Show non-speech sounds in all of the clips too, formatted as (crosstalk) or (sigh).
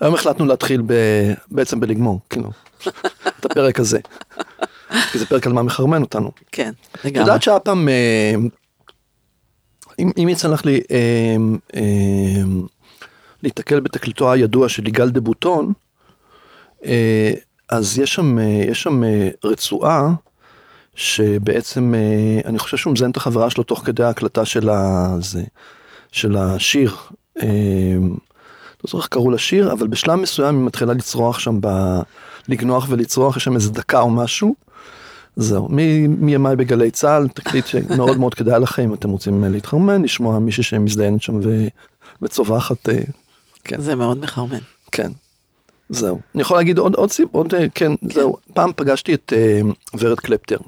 היום החלטנו להתחיל ב... בעצם בלגמור, כאילו, את הפרק הזה. כי זה פרק על מה מחרמן אותנו. כן, את לגמרי. יודעת שהיה פעם, אה, אם, אם יצא לך לי, אה, אה, להתקל בתקליטו הידוע של יגאל דה בוטון, אה, אז יש שם, אה, יש שם אה, רצועה שבעצם, אה, אני חושב שהוא מזיין את החברה שלו תוך כדי ההקלטה של, ה, זה, של השיר. אה, לא זוכר איך קראו לשיר, אבל בשלב מסוים היא מתחילה לצרוח שם, ב... לגנוח ולצרוח, יש שם איזה דקה או משהו. זהו, מ- מימיי בגלי צה"ל, תקליט שמאוד מאוד כדאי לכם אם אתם רוצים אה, להתחרמן, לשמוע מישהי שמזדיינת שם ו- וצווחת, אה, כן. זה מאוד מחרמן. כן, זהו. אני יכול להגיד עוד, עוד סיב, עוד, אה, כן, זהו. פעם פגשתי את אה, ורד קלפטר,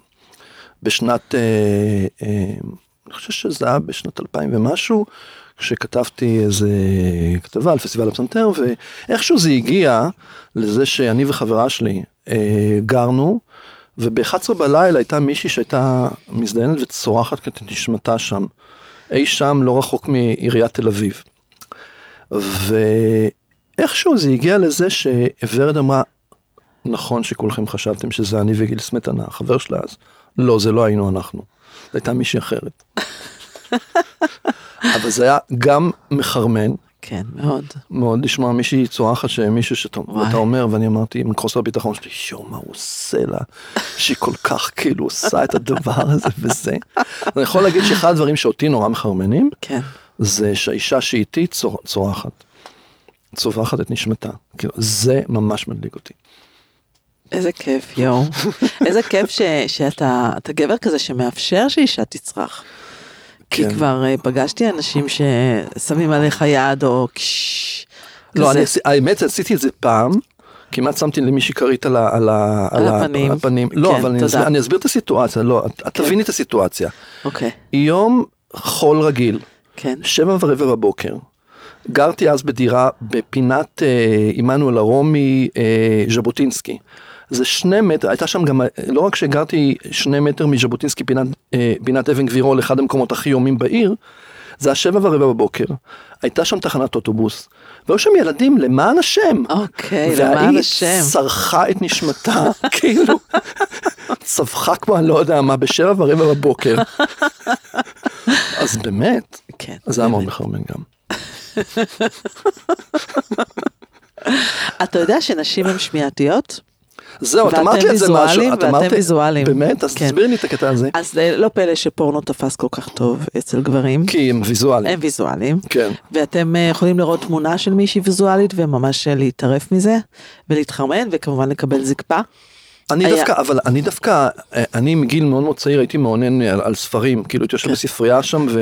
בשנת, אה, אה, אני חושב שזה היה בשנת 2000 ומשהו, כשכתבתי איזה כתבה על פסטיבל הפסנתר, ואיכשהו זה הגיע לזה שאני וחברה שלי אה, גרנו, וב-11 בלילה הייתה מישהי שהייתה מזדיינת וצורחת את נשמתה שם, אי שם לא רחוק מעיריית תל אביב. ואיכשהו זה הגיע לזה שורד אמרה, נכון שכולכם חשבתם שזה אני וגיל סמטנה, החבר שלה אז. לא, זה לא היינו אנחנו. זו הייתה מישהי אחרת. (laughs) אבל זה היה גם מחרמן כן, מאוד. מאוד לשמוע מישהי צורחת שמישהו שאתה וואי. ואתה אומר ואני אמרתי עם חוסר ביטחון שלי יואו מה הוא עושה לה שהיא כל כך כאילו עושה את הדבר הזה וזה. אני יכול להגיד שאחד הדברים שאותי נורא מחרמנים כן. זה שהאישה שאיתי צור, צורחת, צווחת את נשמתה. כאילו, זה ממש מדליק אותי. איזה (laughs) כיף, יואו. איזה כיף ש, שאתה אתה גבר כזה שמאפשר שאישה תצרח. כי כן. כבר אה, פגשתי אנשים ששמים עליך יד או קש... לא, כזה. אני, עשי- האמת, עשיתי את זה פעם, כמעט שמתי למי שכרית על, ה- על, ה- על ה- הפנים. הפנים. לא, כן, אבל אני תודה. כן. אסביר, אני אסביר את הסיטואציה, לא, את, את תביני את הסיטואציה. אוקיי, יום חול רגיל, כן. שבע ורבע בבוקר. גרתי אז בדירה בפינת אה, עמנואל הרומי אה, ז'בוטינסקי. זה שני מטר, הייתה שם גם, אה, לא רק שגרתי שני מטר מז'בוטינסקי פינת, אה, פינת אבן גבירול, אחד המקומות הכי יומים בעיר, זה השבע ורבע בבוקר, הייתה שם תחנת אוטובוס, והיו שם ילדים למען השם. אוקיי, למען השם. והיא צרחה את נשמתה, (laughs) כאילו, צווחה כמו אני לא יודע מה, בשבע ורבע (laughs) בבוקר. אז באמת, כן. אז זה היה מאוד באמת. מחרמן גם. אתה יודע שנשים הן שמיעתיות? זהו, את ואתם אמרת לי על זה משהו. ויזואלים, את ואתם אמרת לי- ויזואלים. באמת? אז כן. תסבירי לי את הקטע הזה. אז אה, לא פלא שפורנו תפס כל כך טוב אצל גברים. כי הם ויזואלים. הם ויזואלים. כן. ואתם אה, יכולים לראות תמונה של מישהי ויזואלית וממש אה, להתערף מזה ולהתחרמן וכמובן לקבל זקפה. אני היה- דווקא, אבל אני דווקא, אה, אני מגיל מאוד מאוד צעיר הייתי מעונן על, על ספרים, כאילו הייתי יושב כן. בספרייה שם (laughs)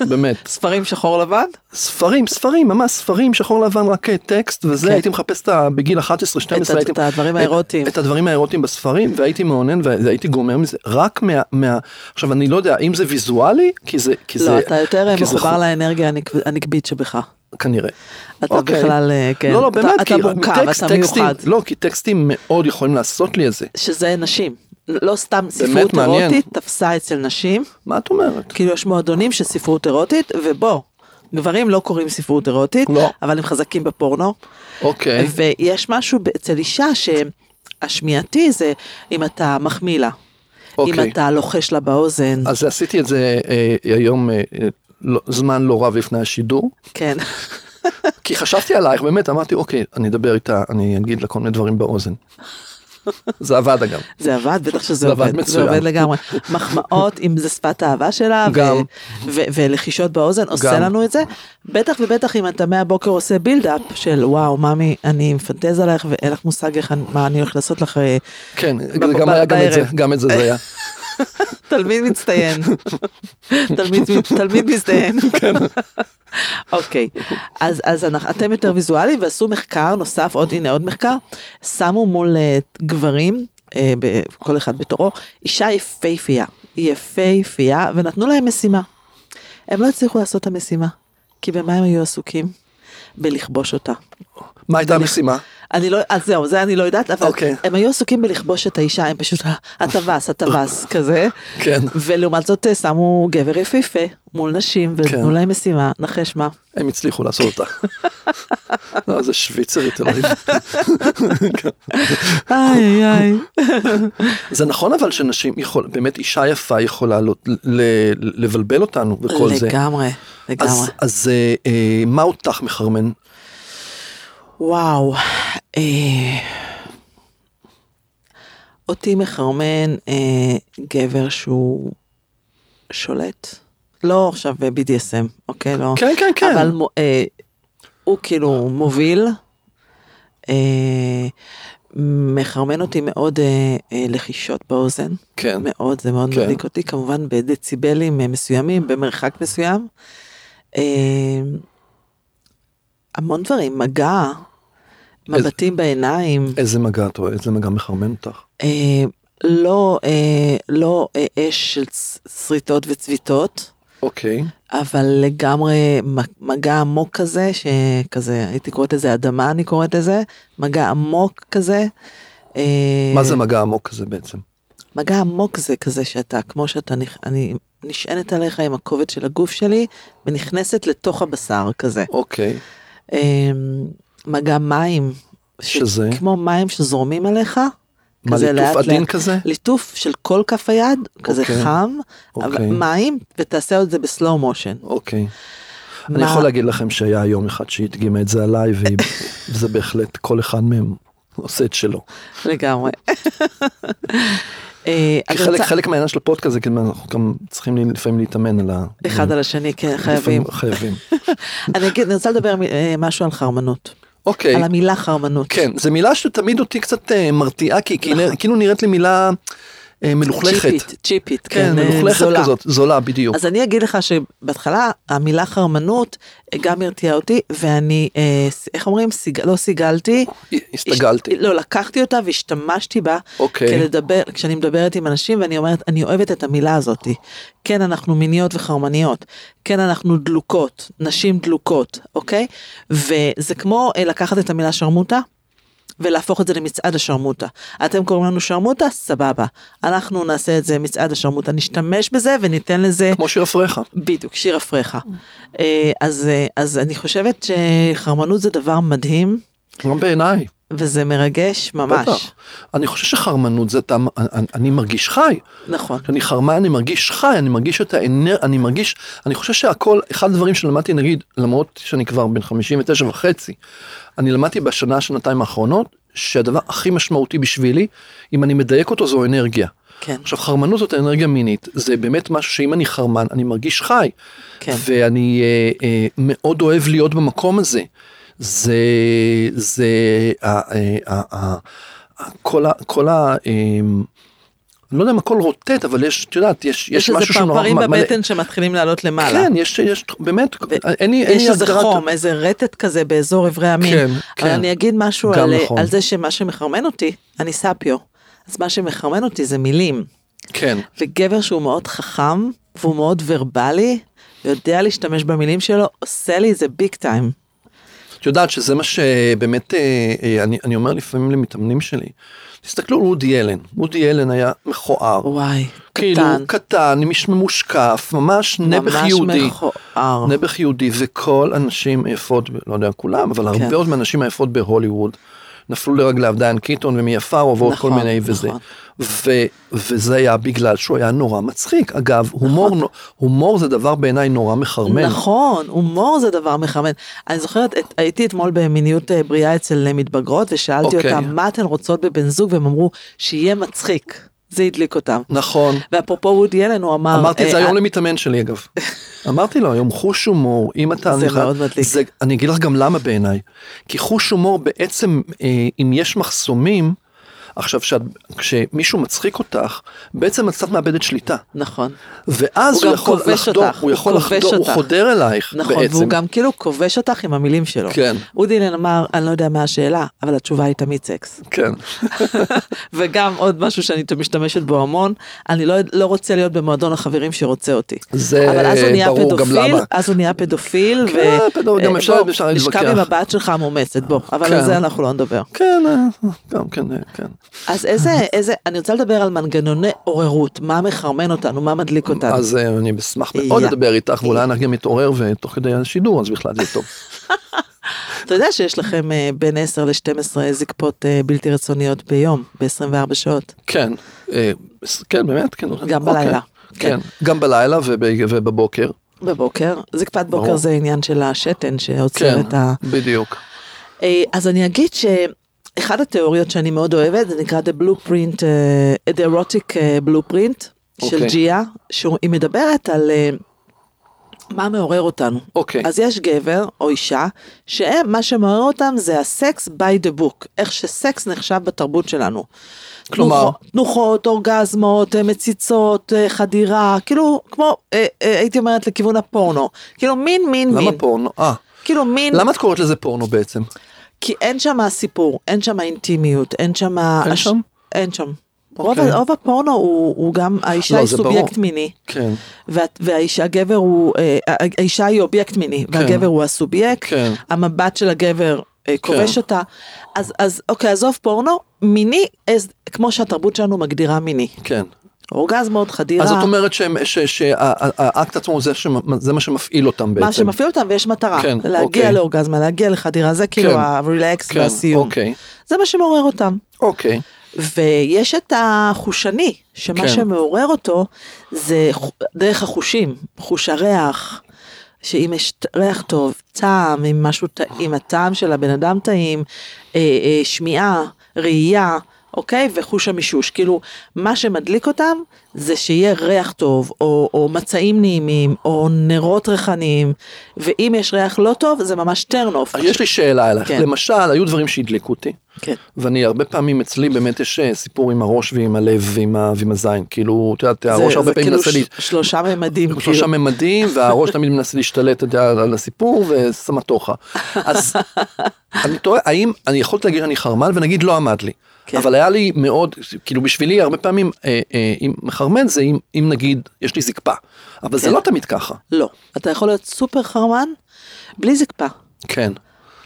ובאמת, ספרים שחור לבן? ספרים, ספרים, ממש ספרים, שחור לבן, רק אה, טקסט וזה, כן. הייתי מחפש את ה... בגיל 11-12 הייתי... את הדברים האירוטיים. את הדברים האירוטיים בספרים, והייתי מעונן והייתי גומר מזה, רק מה... מה... עכשיו, אני לא יודע אם זה ויזואלי, כי זה... כי לא, זה אתה יותר אה, כי זה מחובר חו- לאנרגיה הנק- הנקבית שבך. כנראה. אתה אוקיי. בכלל, אה, כן. לא, לא, אתה- באמת, אתה כי מורכב, טקסט- אתה טקסטים- מיוחד. לא, כי טקסטים מאוד יכולים לעשות לי את זה. שזה נשים. לא סתם ספרות מעניין. אירוטית תפסה אצל נשים, מה את אומרת? כאילו יש מועדונים של ספרות אירוטית, ובוא, גברים לא קוראים ספרות אירוטית, לא. אבל הם חזקים בפורנו. אוקיי, ויש משהו אצל אישה שהשמיעתי זה אם אתה מחמיא לה, אם אוקיי. אתה לוחש לה באוזן, אז עשיתי את זה אה, היום אה, אה, לא- זמן לא רב לפני השידור, כן, כי חשבתי עלייך, באמת, אמרתי, אוקיי, אני אדבר איתה, אני אגיד לה כל מיני דברים באוזן. זה עבד אגב. זה עבד, בטח שזה זה עבד עובד, זה מצוין. עובד לגמרי. מחמאות, אם זה שפת האהבה שלה, ו- גם. ו- ולחישות באוזן, עושה גם. לנו את זה, בטח ובטח אם אתה מהבוקר עושה בילדאפ של וואו, ממי, אני מפנטז עלייך ואין לך מושג איך אני- מה אני הולך לעשות לך, אה, כן, ב- זה גם ב- היה גם את זה, בערב. גם את זה זה היה. תלמיד מצטיין. תלמיד, תלמיד מזדיין. אוקיי, אז, אז אנחנו, אתם יותר ויזואליים ועשו מחקר נוסף, עוד הנה עוד מחקר, שמו מול אה, גברים, אה, ב- כל אחד בתורו, אישה יפהפייה, יפהפייה, ונתנו להם משימה. הם לא הצליחו לעשות את המשימה, כי במה הם היו עסוקים? בלכבוש אותה. מה הייתה המשימה? אני לא, אז זהו, זה אני לא יודעת, אבל אוקיי. הם היו עסוקים בלכבוש את האישה, הם פשוט, הטווס, הטווס כזה. כן. ולעומת זאת אה, שמו גבר יפהפה מול נשים, ונתנו כן. להם משימה, נחש מה. הם הצליחו לעשות אותה. לא, זה שוויצרית אלוהים. איי איי. זה נכון אבל שנשים יכול, באמת אישה יפה יכולה ל- ל- לבלבל אותנו וכל זה. לגמרי, לגמרי. אז, אז אה, אה, מה אותך מחרמן? וואו. אה, אותי מחרמן אה, גבר שהוא שולט. לא עכשיו ב-BDSM, אוקיי? לא. כן, כן, כן. אבל מו- אה, הוא כאילו מוביל. אה, מחרמן אותי מאוד אה, אה, לחישות באוזן. כן, מאוד, זה מאוד כן. מדליק אותי, כמובן בדציבלים אה, מסוימים, במרחק מסוים. אה, המון דברים, מגע, מבטים בעיניים, איזה מגע את רואה, איזה מגע מחרמן אותך? אה, לא, אה, לא אה, אש של צ- שריטות וצביטות, אוקיי, אבל לגמרי מ- מגע עמוק כזה, שכזה, הייתי קוראת לזה אדמה, אני קוראת לזה, מגע עמוק כזה. אה, מה זה מגע עמוק כזה בעצם? מגע עמוק זה כזה שאתה, כמו שאתה, נכ- אני נשענת עליך עם הכובד של הגוף שלי ונכנסת לתוך הבשר כזה. אוקיי, אמ, מגע מים, ש- שזה? כמו מים שזורמים עליך, מה כזה ליטוף לאט עדין לאט. כזה? ליטוף של כל כף היד, כזה אוקיי. חם, אבל אוקיי. מים, ותעשה את זה בסלואו מושן. אוקיי. אני יכול להגיד לכם שהיה יום אחד שהיא הדגימה את זה עליי, (laughs) והיא- וזה בהחלט, כל אחד מהם עושה את שלו. לגמרי. אה, כי אני חלק, רוצה- חלק מהעניין של הפודקאסט זה כי אנחנו גם צריכים לפעמים להתאמן על ה... אחד על השני, כן, חייבים. לפעמים חייבים. אני אגיד- אני רוצה לדבר מ- אה, משהו על חרמנות, אוקיי. על המילה חרמנות. כן, זו מילה שתמיד אותי קצת אה, מרתיעה, כי כאילו- כאילו נראית לי מילה אה, מלוכלכת. נכון. צ'יפית, צ'יפית, כן, כן, אה, מלוכלכת זולה. כזאת, זולה בדיוק. אז אני אגיד לך שבהתחלה המילה חרמנות אה, גם הרתיעה אותי, ואני, אה, ס- איך אומרים, סיג, לא סיגלתי. הסתגלתי. הש- לא, לקחתי אותה והשתמשתי בה. אוקיי, כלדבר, כשאני מדברת עם אנשים ואני אומרת, אני אוהבת את המילה הזאת. כן, אנחנו מיניות וחרמניות. כן, אנחנו דלוקות, נשים דלוקות, אוקיי? וזה כמו אה, לקחת את המילה שרמוטה ולהפוך את זה למצעד השרמוטה. אתם קוראים לנו שרמוטה? סבבה. אנחנו נעשה את זה מצעד השרמוטה, נשתמש בזה וניתן לזה כמו שיר אפריך. בדיוק, שיר אפריך. אה, אז, אה, אז אני חושבת שחרמנות זה דבר מדהים, גם בעיניי. וזה מרגש ממש. בטח. אני חושב שחרמנות זה אתה, אני- אני מרגיש חי. נכון. כשאני חרמן אני מרגיש חי, אני מרגיש את האנר, אני מרגיש, אני חושב שהכל, אחד הדברים שלמדתי נגיד, למרות שאני כבר בן 59 וחצי, אני למדתי בשנה, שנתיים האחרונות, שהדבר הכי משמעותי בשבילי, אם אני מדייק אותו זו אנרגיה. כן, עכשיו חרמנות זאת אנרגיה מינית, זה באמת משהו שאם אני חרמן אני מרגיש חי, כן. ואני אה, אה, מאוד אוהב להיות במקום הזה. זה, זה, ה- אה, ה- ה- ה- כל ה... כל ה אה, אני לא יודע אם הכל רוטט, אבל יש, את יודעת, יש, יש, יש איזה משהו שנורא פרפרים מ- מלא- בבטן שמתחילים לעלות למעלה. כן, יש, יש, באמת, אין לי, אין לי יש איזה הגדרת- חום, איזה רטט כזה באזור איברי המין. כן, אבל כן. אני אגיד משהו גם על, נכון. על זה שמה שמחרמן אותי, אני ספיו. אז מה שמחרמן אותי זה מילים. כן, וגבר שהוא מאוד חכם, והוא מאוד ורבלי, יודע להשתמש במילים שלו, עושה לי את זה ביג טיים. את יודעת שזה מה שבאמת אה, אה, אני, אני אומר לפעמים למתאמנים שלי. תסתכלו על וודי אלן, וודי אלן היה מכוער, וואי, כאילו קטן. קטן, מש- ממושקף, ממש נעבך יהודי. ממש מכוער. נעבך יהודי, וכל הנשים היפות, ב- לא יודע כולם, אבל כן. הרבה מאוד מהנשים היפות בהוליווד, נפלו לרגליו דיין קיטון ומיפרו ועוד כל נכון, מיני וזה. נכון. ו- וזה היה בגלל שהוא היה נורא מצחיק. אגב, הומור נו- הומור זה דבר בעיניי נורא מחרמן. נכון, הומור זה דבר מחמם. אני זוכרת, את, הייתי אתמול במיניות אה, בריאה אצל אה, מתבגרות, ושאלתי אוקיי. אותם מה אתן רוצות בבן זוג, והם אמרו, שיהיה מצחיק. זה הדליק אותם. נכון. ואפרופו וודי אלן, הוא אמר... אמרתי את זה אה, היום אה, למתאמן שלי אגב. אמרתי לו היום חוש הומור אם אתה... זה אני חייב- מאוד מדליק. זה- אני אגיד לך גם למה בעיניי. כי חוש הומור בעצם אה, אם יש מחסומים עכשיו, שאת, כשמישהו מצחיק אותך, בעצם את קצת מאבדת שליטה. נכון. ואז הוא הוא גם יכול כובש לחדור, אותך, הוא הוא יכול כובש לחדור, הוא אותך. חודר אלייך נכון, בעצם. והוא גם כאילו כובש אותך עם המילים שלו. כן. אודי אילן אמר, אני לא יודע מה השאלה, אבל התשובה היא תמיד סקס. כן, (laughs) וגם עוד משהו שאני משתמשת בו המון, אני לא, לא רוצה להיות במועדון החברים שרוצה אותי. זה אבל אז הוא נהיה ברור גם פדופיל, למה. אז הוא נהיה פדופיל, כן, פדופיל, גם אה, אפשר- בוא, אפשר להתווכח. נשכב עם הבת שלך המומצת, בוא, אבל על כן. זה אנחנו לא נדבר. כן, אה, גם כן, אה, כן. אז איזה, (laughs) איזה, אני רוצה לדבר על מנגנוני עוררות, מה מחרמן אותנו, מה מדליק אותנו. אז אה, אני אשמח מאוד יא. לדבר איתך, אה. ואולי אנחנו גם נתעורר ותוך כדי השידור, אז בכלל זה טוב. אתה יודע שיש לכם אה, בין 10 ל-12 זקפות אה, בלתי רצוניות ביום, ב-24 שעות. כן, אה, ס- כן, באמת, כן. גם אוקיי. בלילה. כן, גם בלילה וב- ובבוקר. בבוקר, זקפת ברור. בוקר זה עניין של השתן כן, שעוצר את ה... בדיוק. אה, אז אני אגיד שאחד התיאוריות שאני מאוד אוהבת, זה נקרא The Blueprint, אה, The Erotic אה, Blueprint של אוקיי. ג'יה, שהיא מדברת על אה, מה מעורר אותנו. אוקיי. אז יש גבר או אישה שהם, מה שמעורר אותם זה הסקס by the book, איך שסקס נחשב בתרבות שלנו. כלומר? תנוחות- תנוחות, אורגזמות, אה, מציצות, אה, חדירה, כאילו, כמו, אה, אה, הייתי אומרת לכיוון הפורנו, כאילו מין מין מין, למה פורנו? אה, כאילו מין, למה את קוראת לזה פורנו בעצם? כי אין שם סיפור, אין שם אינטימיות, אין שם... אין שם? אין שם. רוב, אוקיי. ה- רוב הפורנו הוא, הוא גם, האישה לא, היא זה סובייקט ברור. מיני, כן, וה, והאישה, הגבר הוא, אה, הא- האישה היא אובייקט מיני, והגבר הוא הסובייקט, כן. המבט של הגבר אה, כובש כן. אותה. אז, אז אוקיי, עזוב פורנו, מיני, אז, כמו שהתרבות שלנו מגדירה מיני. כן. אורגזמות, חדירה. אז זאת אומרת שהם- ש- שהאקט עצמו זה שמ- זה מה שמפעיל אותם בעצם. מה שמפעיל אותם ויש מטרה, כן, להגיע אוקיי. לאורגזמה, להגיע לחדירה, זה כאילו כן. הרילקס כן, והסיום, אוקיי, זה מה שמעורר אותם. אוקיי. ויש את החושני, שמה כן. כן. שמעורר אותו זה חו- דרך החושים, חוש הריח, שאם יש ט- ריח טוב, טעם, אם משהו טעים, הטעם של הבן אדם טעים, אה, אה, שמיעה, ראייה, אוקיי? וחוש המישוש. כאילו, מה שמדליק אותם זה שיהיה ריח טוב, או, או מצעים נעימים, או נרות ריחניים, ואם יש ריח לא טוב, זה ממש טרנוף. אז יש לי שאלה אלייך. כן. למשל, היו דברים שהדליקו אותי. כן. ואני הרבה פעמים אצלי באמת יש אה, סיפור עם הראש ועם הלב ועם, ה, ועם הזין כאילו את יודעת זה, הראש הרבה זה פעמים כאילו מנסה לי ש- שלושה ממדים. שלושה כאילו. ממדים והראש תמיד מנסה להשתלט אתה יודע, על הסיפור וסמטוחה. אז אני תוהה האם אני יכולתי להגיד שאני חרמן ונגיד לא עמד לי. כן. אבל היה לי מאוד כאילו בשבילי הרבה פעמים אה, אה, אם מחרמן זה אם, אם נגיד יש לי זקפה. אבל זה כן. לא תמיד ככה. לא. אתה יכול להיות סופר חרמן בלי זקפה, כן.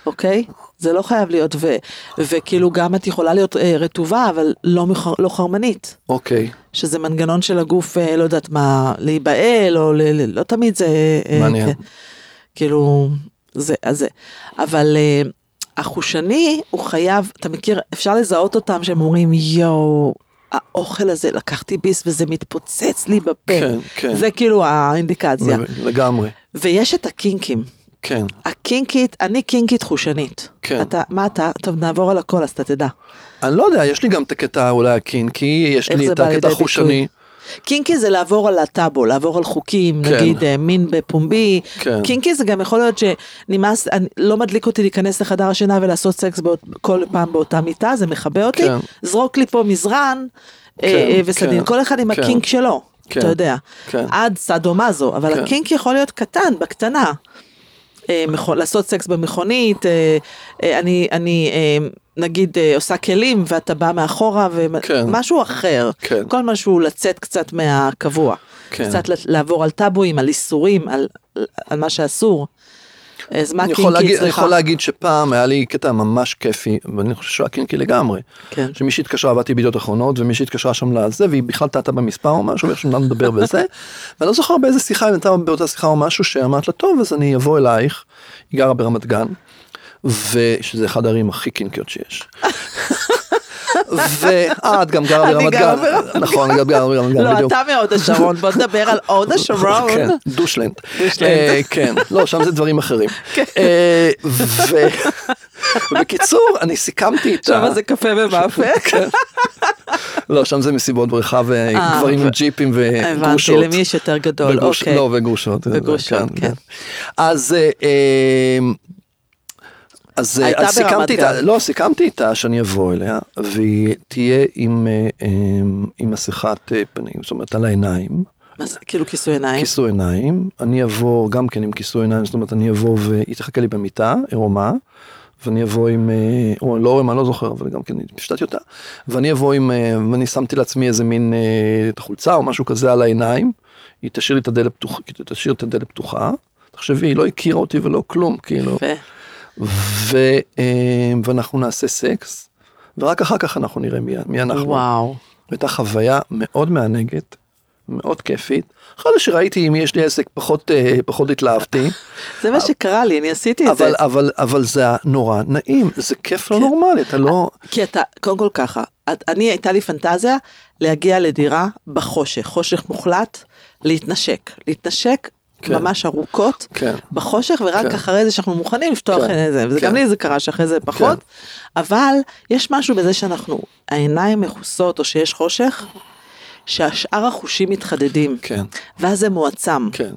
אוקיי? זה לא חייב להיות, ו, וכאילו גם את יכולה להיות אה, רטובה, אבל לא, מח, לא חרמנית. אוקיי. שזה מנגנון של הגוף, אה, לא יודעת מה, להיבהל, או ל, ל, לא תמיד זה... אה, מעניין. כן. כאילו, זה, אז זה. אבל אה, החושני, הוא חייב, אתה מכיר, אפשר לזהות אותם שהם אומרים, יואו, האוכל הזה, לקחתי ביס וזה מתפוצץ לי בפה. כן, כן. זה כאילו האינדיקציה. לגמרי. ויש את הקינקים. כן. הקינקית, אני קינקית חושנית. כן. אתה, מה אתה? טוב, נעבור על הכל, אז אתה תדע. אני לא יודע, יש לי גם את הקטע אולי הקינקי, יש איך לי זה את בא לידי הקטע ביטוי? החושני. קינקי זה לעבור על הטאבו, לעבור על חוקים, כן. נגיד אה, מין בפומבי. כן. קינקי זה גם יכול להיות שנמאס, אני, לא מדליק אותי להיכנס לחדר השינה ולעשות סקס באות, כל פעם באותה מיטה, זה מכבה אותי. כן. זרוק לי פה מזרן אה, כן, אה, וסדין, כן, כל אחד עם כן. הקינק שלו, כן, אתה יודע. כן. עד סאדו-מאזו, אבל כן. הקינק יכול להיות קטן, בקטנה. אה, מכו- לעשות סקס במכונית, אה, אה, אני, אני אה, נגיד אה, עושה כלים ואתה בא מאחורה כן. ומשהו אחר. כן. כל משהו לצאת קצת מהקבוע. כן. קצת ל- לעבור על טאבואים, על איסורים, על, על מה שאסור. אז מה אני יכול, קינקי להגיד, אני אצלך? יכול להגיד שפעם היה לי קטע ממש כיפי, ואני חושב שהוא היה קינקי לגמרי. כן. שמי שהתקשרה, עבדתי בידיעות אחרונות, ומי שהתקשרה שם לזה, והיא בכלל טעתה במספר או משהו, ואיך שאני (laughs) מדבר וזה. ואני לא זוכר באיזה שיחה, אם הייתה באותה שיחה או משהו, שאמרת לה, טוב, אז אני אבוא אלייך. היא גרה ברמת גן, ושזה אחד הערים הכי קינקיות (laughs) שיש. ואת גם גרה אני ברמת גרה גן, ברמת נכון, אני גם גרה ברמת גן, לא, בדיוק. אתה מהוד השרון, בוא נדבר על (laughs) הוד השרון. כן, דושלנד. דושלנד. כן. אה, כן, לא, שם זה דברים (laughs) אחרים. אה, ו- בקיצור, אני סיכמתי איתה. שם זה קפה ומאפה. כן. לא, שם זה מסיבות בריכה אה, וגברים עם ו- ג'יפים הבנתי, וגרושות. למי יש יותר גדול, וגרוש- אה, אוקיי. כן. לא, וגרושות. וגרושות, כן. אז אה, אה, אז הייתה אז ברמת סיכמתי איתה, גן. לא, סיכמתי איתה שאני אבוא אליה, והיא תהיה עם, אה, אה, עם מסכת אה, פנים, זאת אומרת על העיניים, מה זה, כאילו כיסוי עיניים? כיסוי עיניים, אני אבוא גם כן עם כיסוי עיניים, זאת אומרת אני אבוא והיא תחכה לי במיטה, עירומה, ואני אבוא עם, אה, או לא עירומה, לא זוכר, אבל גם כן פשטתי אותה, ואני אבוא עם, אה, ואני שמתי לעצמי איזה מין אה, את החולצה או משהו כזה על העיניים, היא תשאיר לי את הדלת פתוחה, תשאיר את הדלת פתוחה, תחשבי, היא לא הכירה אותי ולא כלום, כאילו. יפה. ו, אה, ואנחנו נעשה סקס, ורק אחר כך אנחנו נראה מי, מי אנחנו. וואו. הייתה חוויה מאוד מענגת, מאוד כיפית. אחרי זה שראיתי אם יש לי עסק פחות, אה, פחות (laughs) התלהבתי, זה מה שקרה לי, אני עשיתי את זה. אבל, אבל, אבל זה היה נורא נעים, זה כיף לא כן. נורמלי, אתה לא... כי אתה, קודם כל ככה, את, אני הייתה לי פנטזיה להגיע לדירה בחושך, חושך מוחלט, להתנשק, להתנשק כן. כן. ממש ארוכות, כן. בחושך, ורק כן. כן. אחרי זה שאנחנו מוכנים לפתוח כן. כן. את זה, וזה כן. גם לי זה קרה שאחרי זה פחות, כן. אבל יש משהו בזה שאנחנו, העיניים מכוסות או שיש חושך, שהשאר החושים מתחדדים, כן, ואז זה מועצם, כן.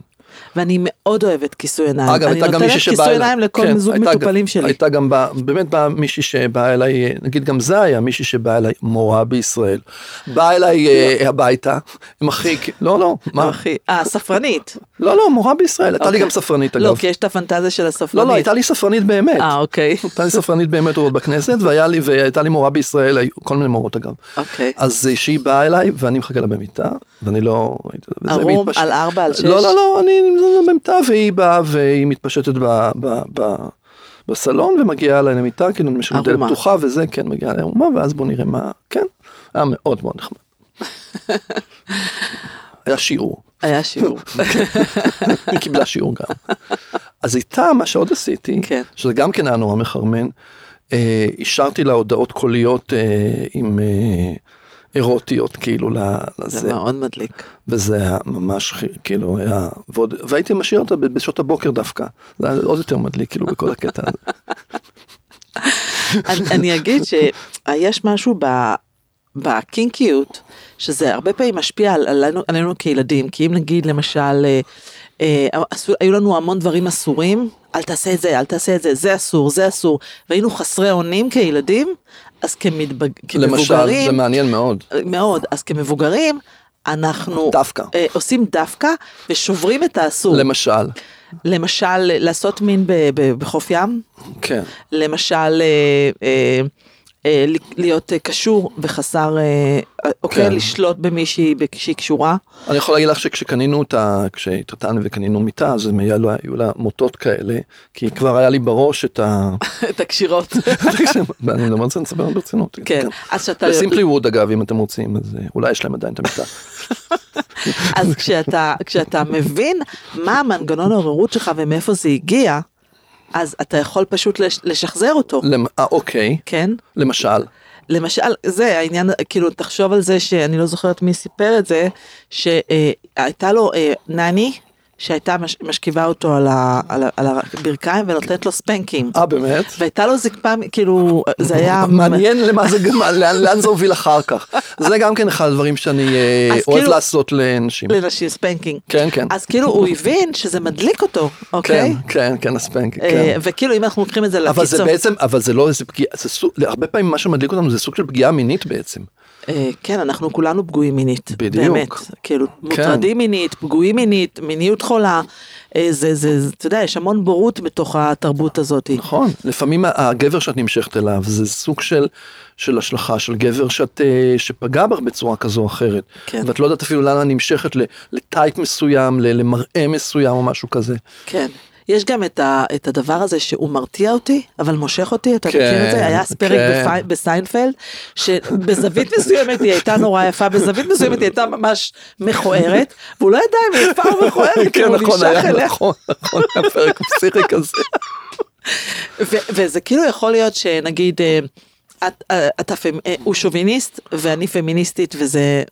ואני מאוד אוהבת כיסוי עיניים, אגב, אה, אני הייתה גם נותנת מישהי שבאה כיסוי עיניים לכל כן, זוג הייתה גם- מטופלים שלי. הייתה גם, באה- באמת באה מישהי שבאה אליי, אה, נגיד גם זה היה מישהי שבאה אליי, מורה בישראל, באה אליי אה, הביתה, עם הכי, לא, לא, מה, לא. אחי, אה, ספרנית. לא, לא, מורה בישראל, הייתה לי אוקיי. גם ספרנית אגב. לא, כי יש את הפנטזיה של הספרנית. לא, לא, הייתה לי ספרנית באמת. אה, אוקיי. הייתה לי ספרנית באמת עוד בכנסת, והיה לי, והייתה לי מורה בישראל, היו כל מיני מורות אגב. אוקיי. אז אה, שהיא באה אליי, ואני מחכה לה במיטה, ואני לא... וזה ערום מתפשט- על ארבע, על שש? לא, לא, לא, אני נמצא במיטה, והיא באה, והיא מתפשטת ב... ב, ב בסלון ומגיעה אליי למיטה, כאילו אני משנה דלת ערומה. פתוחה וזה, כן, מגיעה אליי ערומה, ואז בוא נראה מה, כן, היה מאוד מאוד נחמד. (laughs) (laughs) היה שיעור. היה שיעור. היא קיבלה שיעור גם. אז איתה מה שעוד עשיתי, כן. שזה גם כן היה נורא מחרמן, אה, אישרתי לה הודעות קוליות אה, עם אה, אירוטיות כאילו ל- זה לזה, מאוד מדליק. וזה היה ממש חי- כאילו היה, ועוד, והייתי משאיר אותה ב- בשעות הבוקר דווקא, זה היה עוד יותר מדליק כאילו בכל הקטע הזה. אני- אני אגיד שיש משהו ב- בקינקיות, שזה הרבה פעמים משפיע על- עלינו- עלינו כילדים, כי אם נגיד למשל, אה, אה, עשו- היו לנו המון דברים אסורים, אל תעשה את זה, אל תעשה את זה, זה אסור, זה אסור, והיינו חסרי אונים כילדים, אז כמתבג- למשל, זה כמבוגרים, מעניין מאוד, מאוד, אז כמבוגרים, אנחנו דווקא, אה, עושים דווקא ושוברים את האסור. למשל, למשל, לעשות מין ב- ב- בחוף ים, כן, למשל, אה, אה, אה, ל- להיות אה, קשור וחסר, אה, אוקיי, כן. לשלוט במישהי ב- כשהיא קשורה. אני יכול להגיד לך שכשקנינו אותה, כשהתחתנו וקנינו מיטה, אז הם היה לה- היו לה מוטות כאלה, כי כבר היה לי בראש את ה... את הקשירות. אני אומר את זה, אני מספר ברצינות. כן, אז שאתה... בסימפלי ווד אגב, אם אתם רוצים, אז אה, אולי יש להם עדיין את המיטה. (laughs) אז כשאתה, כשאתה מבין מה המנגנון העוררות שלך ומאיפה זה הגיע, אז אתה יכול פשוט לש- לשחזר אותו, למ- אה, אוקיי, כן? למשל, למשל, זה העניין, כאילו, תחשוב על זה שאני לא זוכרת מי סיפר את זה, שהייתה לו אה, נני, שהייתה מש, משכיבה אותו על, ה, על, ה, על הברכיים ונותנת לו ספנקים. אה באמת? והייתה לו זקפה, כאילו, זה היה... (laughs) מעניין למה זה גם, (laughs) לאן לאן זה הוביל אחר כך. זה גם כן אחד הדברים שאני אה, אז אוהב כאילו- לעשות לאנשים. לנשים ספנקינג. כן, כן. אז כאילו, הוא הבין שזה מדליק אותו, כן, אוקיי? כן, כן, הספנק, אה, כן. וכאילו, אם אנחנו לוקחים את זה אבל זה לקיצון... בעצם, אבל זה לא איזה פגיעה, זה סוג, הרבה פעמים מה שמדליק אותנו זה סוג של פגיעה מינית בעצם. אה, כן, אנחנו כולנו פגועים מינית. בדיוק. כן. באמת, כאילו, מוטרדים מינית, פגועים מינית, מיניות חולה. אה, זה, זה, זה, אתה יודע, יש המון בורות בתוך התרבות הזאת. נכון, לפעמים הגבר שאת נמשכת אליו זה סוג של, של השלכה של גבר שאת, אה, שפגע בך בצורה כזו או אחרת. כן. ואת לא יודעת אפילו לאן את נמשכת, ל- לטייפ מסוים, ל- למראה מסוים או משהו כזה. כן. יש גם את, ה, את הדבר הזה שהוא מרתיע אותי, אבל מושך אותי, אתה כן, מכיר את זה? היה ספרק כן. בפי- בסיינפלד, שבזווית מסוימת היא הייתה נורא יפה, בזווית מסוימת היא הייתה ממש מכוערת, והוא לא ידע אם היא יפה או מכוערת, כי אה, הוא נשך היה אליה. כן, נכון, נכון, היה פרק פסיכי כזה. ו- וזה כאילו יכול להיות שנגיד, אה, את, אה, אתה פמ... אה, הוא שוביניסט ואני פמיניסטית וזה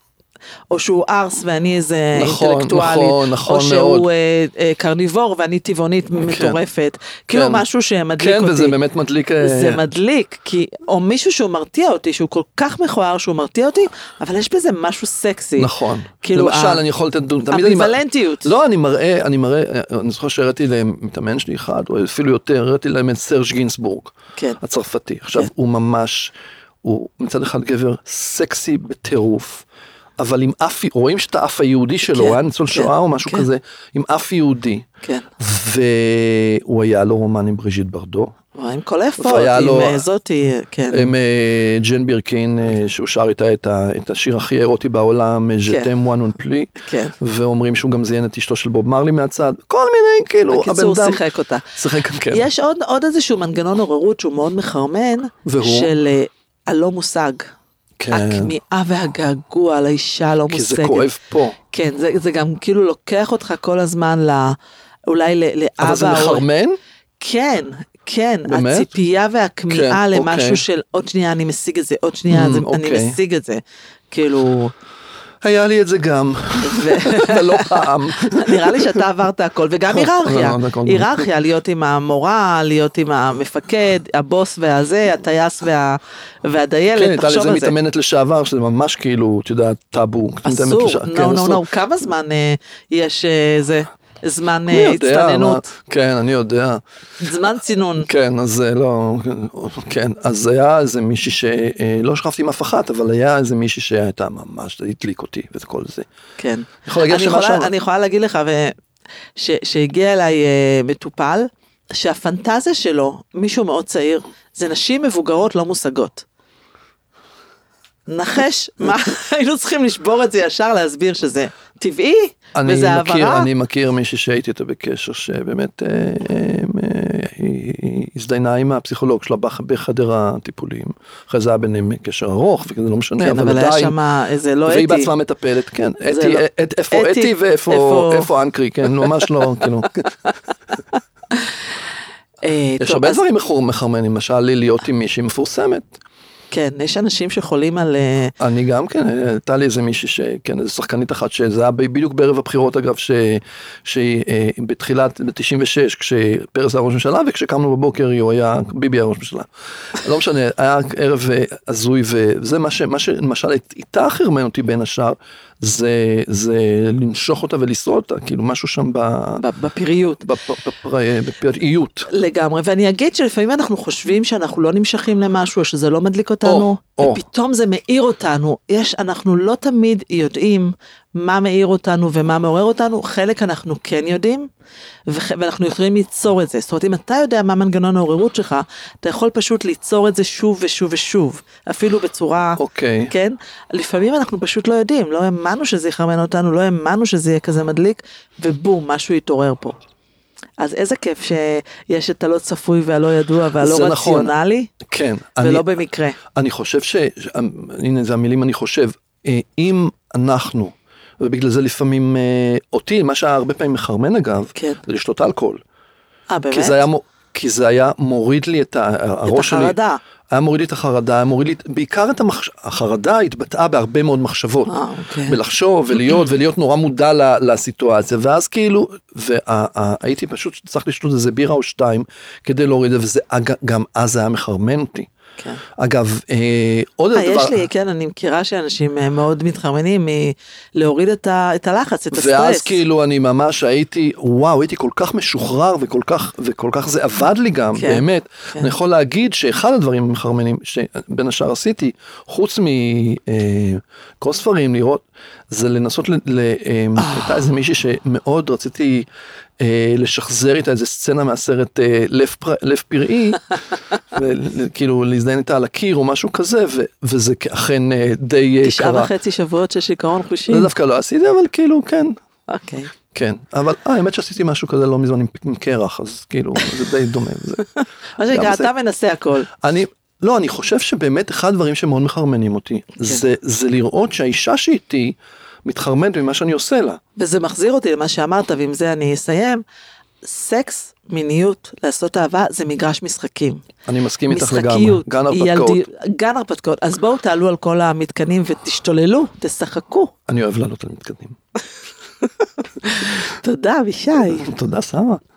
או שהוא ארס ואני איזה נכון, אינטלקטואלית, נכון, נכון או שהוא מאוד. אה, אה, קרניבור ואני טבעונית מטורפת, כאילו כן. משהו שמדליק כן, אותי. וזה באמת מדליק... אה, זה מדליק, כי, או מישהו שהוא מרתיע אותי, שהוא כל כך מכוער שהוא מרתיע אותי, אבל יש בזה משהו סקסי. נכון. כאילו, למשל, ה- אני יכול לתת... תמיד אני מ- אמביוולנטיות. לא, אני מראה, אני מראה, אני זוכר שהראיתי להם, מתאמן שלי אחד, או אפילו יותר, הראיתי להם את סרג' גינסבורג, כן. הצרפתי. עכשיו, כן. הוא ממש, הוא מצד אחד גבר סקסי בטירוף, אבל עם אף, רואים שאת האף היהודי שלו, כן, הוא היה ניצול כן, שואה או משהו כן. כזה, עם אף יהודי, כן. והוא היה לו רומן עם בריז'יט ברדו, וואי, עם כל היפות, והיה עם לו- אה, זאתי, אה, כן. הם אה, ג'ן בירקין, אה, שהוא שר איתה את ה- את השיר הכי אירוטי בעולם, אה, ז'תם וואן און פלי. כן. ואומרים שהוא גם זיין את אשתו של בוב מרלי מהצד, כל מיני, כאילו, הבן בקיצור, אדם... שיחק אותה. שיחק גם כן. יש עוד, עוד איזשהו מנגנון עוררות שהוא מאוד מחרמן, והוא? של אה, הלא מושג. כן. הכמיהה והגעגוע לאישה הלא כי מושגת. זה כואב פה. כן, זה, זה גם כאילו לוקח אותך כל הזמן ל... אולי ל- לאבא. אבל זה או- מחרמן? כן, כן. באמת? הציפייה והכמיהה כן, למשהו אוקיי. של עוד שנייה אני משיג את זה, עוד שנייה Mm, זה, אני אוקיי. משיג את זה. כאילו, היה לי את זה גם, ו- (laughs) ולא (laughs) פעם. כן, נראה לי שאתה עברת הכל, וגם היררכיה, לא, לא, הכל. היררכיה, להיות עם המורה, להיות עם המפקד, הבוס והזה, הטייס וה- כן, והדיילת, הייתה תחשוב לזה על זה. מתאמנת לשעבר, שזה ממש כאילו, את יודעת, טאבו. מתאמנת אסור, לשעבר, כן, נו נו אסור. נו, כמה זמן אה, יש אה, זה, זמן אני אה, יודע, הצטננות, מה- כן, אני יודע. זמן צינון. כן, אז אה, לא, כן, אז היה איזה מישהי ש... אה, לא שכבתי עם אף אחת, אבל היה איזה מישהי שהייתה ממש, זה הדליק אותתי ואת כל זה. כן. יכול להגיד אני שמה יכולה- שם- אני יכולה להגיד לך ו- ש- שהגיע אליי אה, מטופל, שהפנטזיה שלו, מישהו מאוד צעיר, זה נשים מבוגרות לא (laughs) מושגות. נחש, מה, (laughs) היינו צריכים לשבור את זה ישר, להסביר שזה טבעי, אני וזה מכיר, העברה. אני מכיר מישהי שהייתי איתה בקשר שבאמת אה, אה, אה, היא היא הזדיינה עם הפסיכולוג שלה בח- בחדר הטיפולים. אחרי זה היה ביניהם קשר ארוך וכזה לא משנה, כן, אבל אבל היה עדיין. שם איזה לא והיא אתי. בעצמה מטפלת, כן. זה אתי, לא- אה, את- איפה אתי, אתי איפה- ואיפה איפה אנקרי, כן, ממש לא, (laughs) כאילו. אה, יש טוב, הרבה אז- דברים מחור- מחרמנים, למשל לי להיות עם מישהי מפורסמת. כן, יש אנשים שחולים על... אה, אני גם כן, הייתה לי איזה מישהי שכן, איזה שחקנית אחת שזה היה ב- בדיוק בערב הבחירות אגב, ש- שהיא אה, בתחילת, ב-96, כשפרס היה ראש ממשלה וכשקמנו בבוקר היא- הוא היה, ביבי היה ראש ממשלה. לא משנה, היה ערב אה, הזוי וזה מה ש- מה שלמשל איתה חרמן אותי בין השאר, זה זה למשוך אותה ולשרוד אותה, כאילו משהו שם ב- ב- בפריות. בפ- בפר- בפראיות. לגמרי, ואני אגיד שלפעמים אנחנו חושבים שאנחנו לא נמשכים למשהו, או שזה לא מדליק אותנו, או, או. ופתאום זה מאיר אותנו. יש, אנחנו לא תמיד יודעים מה מאיר אותנו ומה מעורר אותנו, חלק אנחנו כן יודעים, וח, ואנחנו יכולים ליצור את זה. זאת אומרת, אם אתה יודע מה מנגנון העוררות שלך, אתה יכול פשוט ליצור את זה שוב ושוב ושוב, אפילו בצורה... אוקיי. כן? לפעמים אנחנו פשוט לא יודעים, לא האמנו שזה יחרמן אותנו, לא האמנו שזה יהיה כזה מדליק, ובום, משהו יתעורר פה. אז איזה כיף שיש את הלא צפוי והלא ידוע והלא זה נכון. רציונלי, כן. נכון. ולא אני- במקרה. אני חושב ש... ש- הנה זה המילים אני חושב. אה, אם אנחנו, ובגלל זה לפעמים אה, אותי, מה שהיה הרבה פעמים מחרמן אגב, כן. זה לשתות אלכוהול. אה, באמת? כי זה, היה, מו- כי זה היה מוריד לי את ה- הראש שלי. החרדה. היה מוריד לי את החרדה, היה מוריד לי, את- בעיקר את המחש... החרדה התבטאה בהרבה מאוד מחשבות. אה, אוקיי. ולחשוב ולהיות ולהיות נורא מודע ל- לסיטואציה ואז כאילו והייתי פשוט צריך לשתות איזה בירה או שתיים כדי להוריד את זה וזה אג- גם אז זה היה מחרמן אותי. כן. אגב, אה, עוד אה, דבר, יש לי, כן, אני מכירה שאנשים אה, מאוד מתחרמנים מלהוריד את ה- את הלחץ, את הסטרס. ואז כאילו אני ממש הייתי, וואו, הייתי כל כך משוחרר וכל כך, וכל כך זה עבד לי גם, כן, כן, באמת. כן. כן. אני יכול להגיד שאחד הדברים המחרמנים שבין השאר עשיתי, חוץ מקרוא ספרים לראות, זה לנסות, ל, ל, אה, הייתה איזה מישהי שמאוד רציתי אה, לשחזר איתה איזה סצנה מהסרט אה, לב, פר, לב (laughs) פראי, וכאילו להזדיין איתה על הקיר או משהו כזה, ו, וזה אכן אה, די אה, תשעה קרה. וחצי שבועות של שיכרון חושי. זה דווקא לא עשיתי, אבל כאילו, כן, אוקיי. כן, אבל אה, האמת שעשיתי משהו כזה לא מזמן עם, עם קרח, אז כאילו, זה די דומה. זה. (laughs) מה שנקרא, גם זה- אתה מנסה הכל. אני, לא, אני חושב שבאמת אחד הדברים שמאוד מחרמנים אותי, כן. זה, זה לראות שהאישה שאיתי מתחרמנת ממה שאני עושה לה. וזה מחזיר אותי למה שאמרת, ועם זה אני אסיים. סקס, מיניות, לעשות אהבה, זה מגרש משחקים. אני מסכים איתך לגמרי. משחקיות, גן הרפתקאות. ילדי- גן הרפתקאות. אז בואו תעלו על כל המתקנים ותשתוללו, תשחקו. אני אוהב לעלות על מתקדמים. תודה, אבישי. (laughs) תודה, סמה.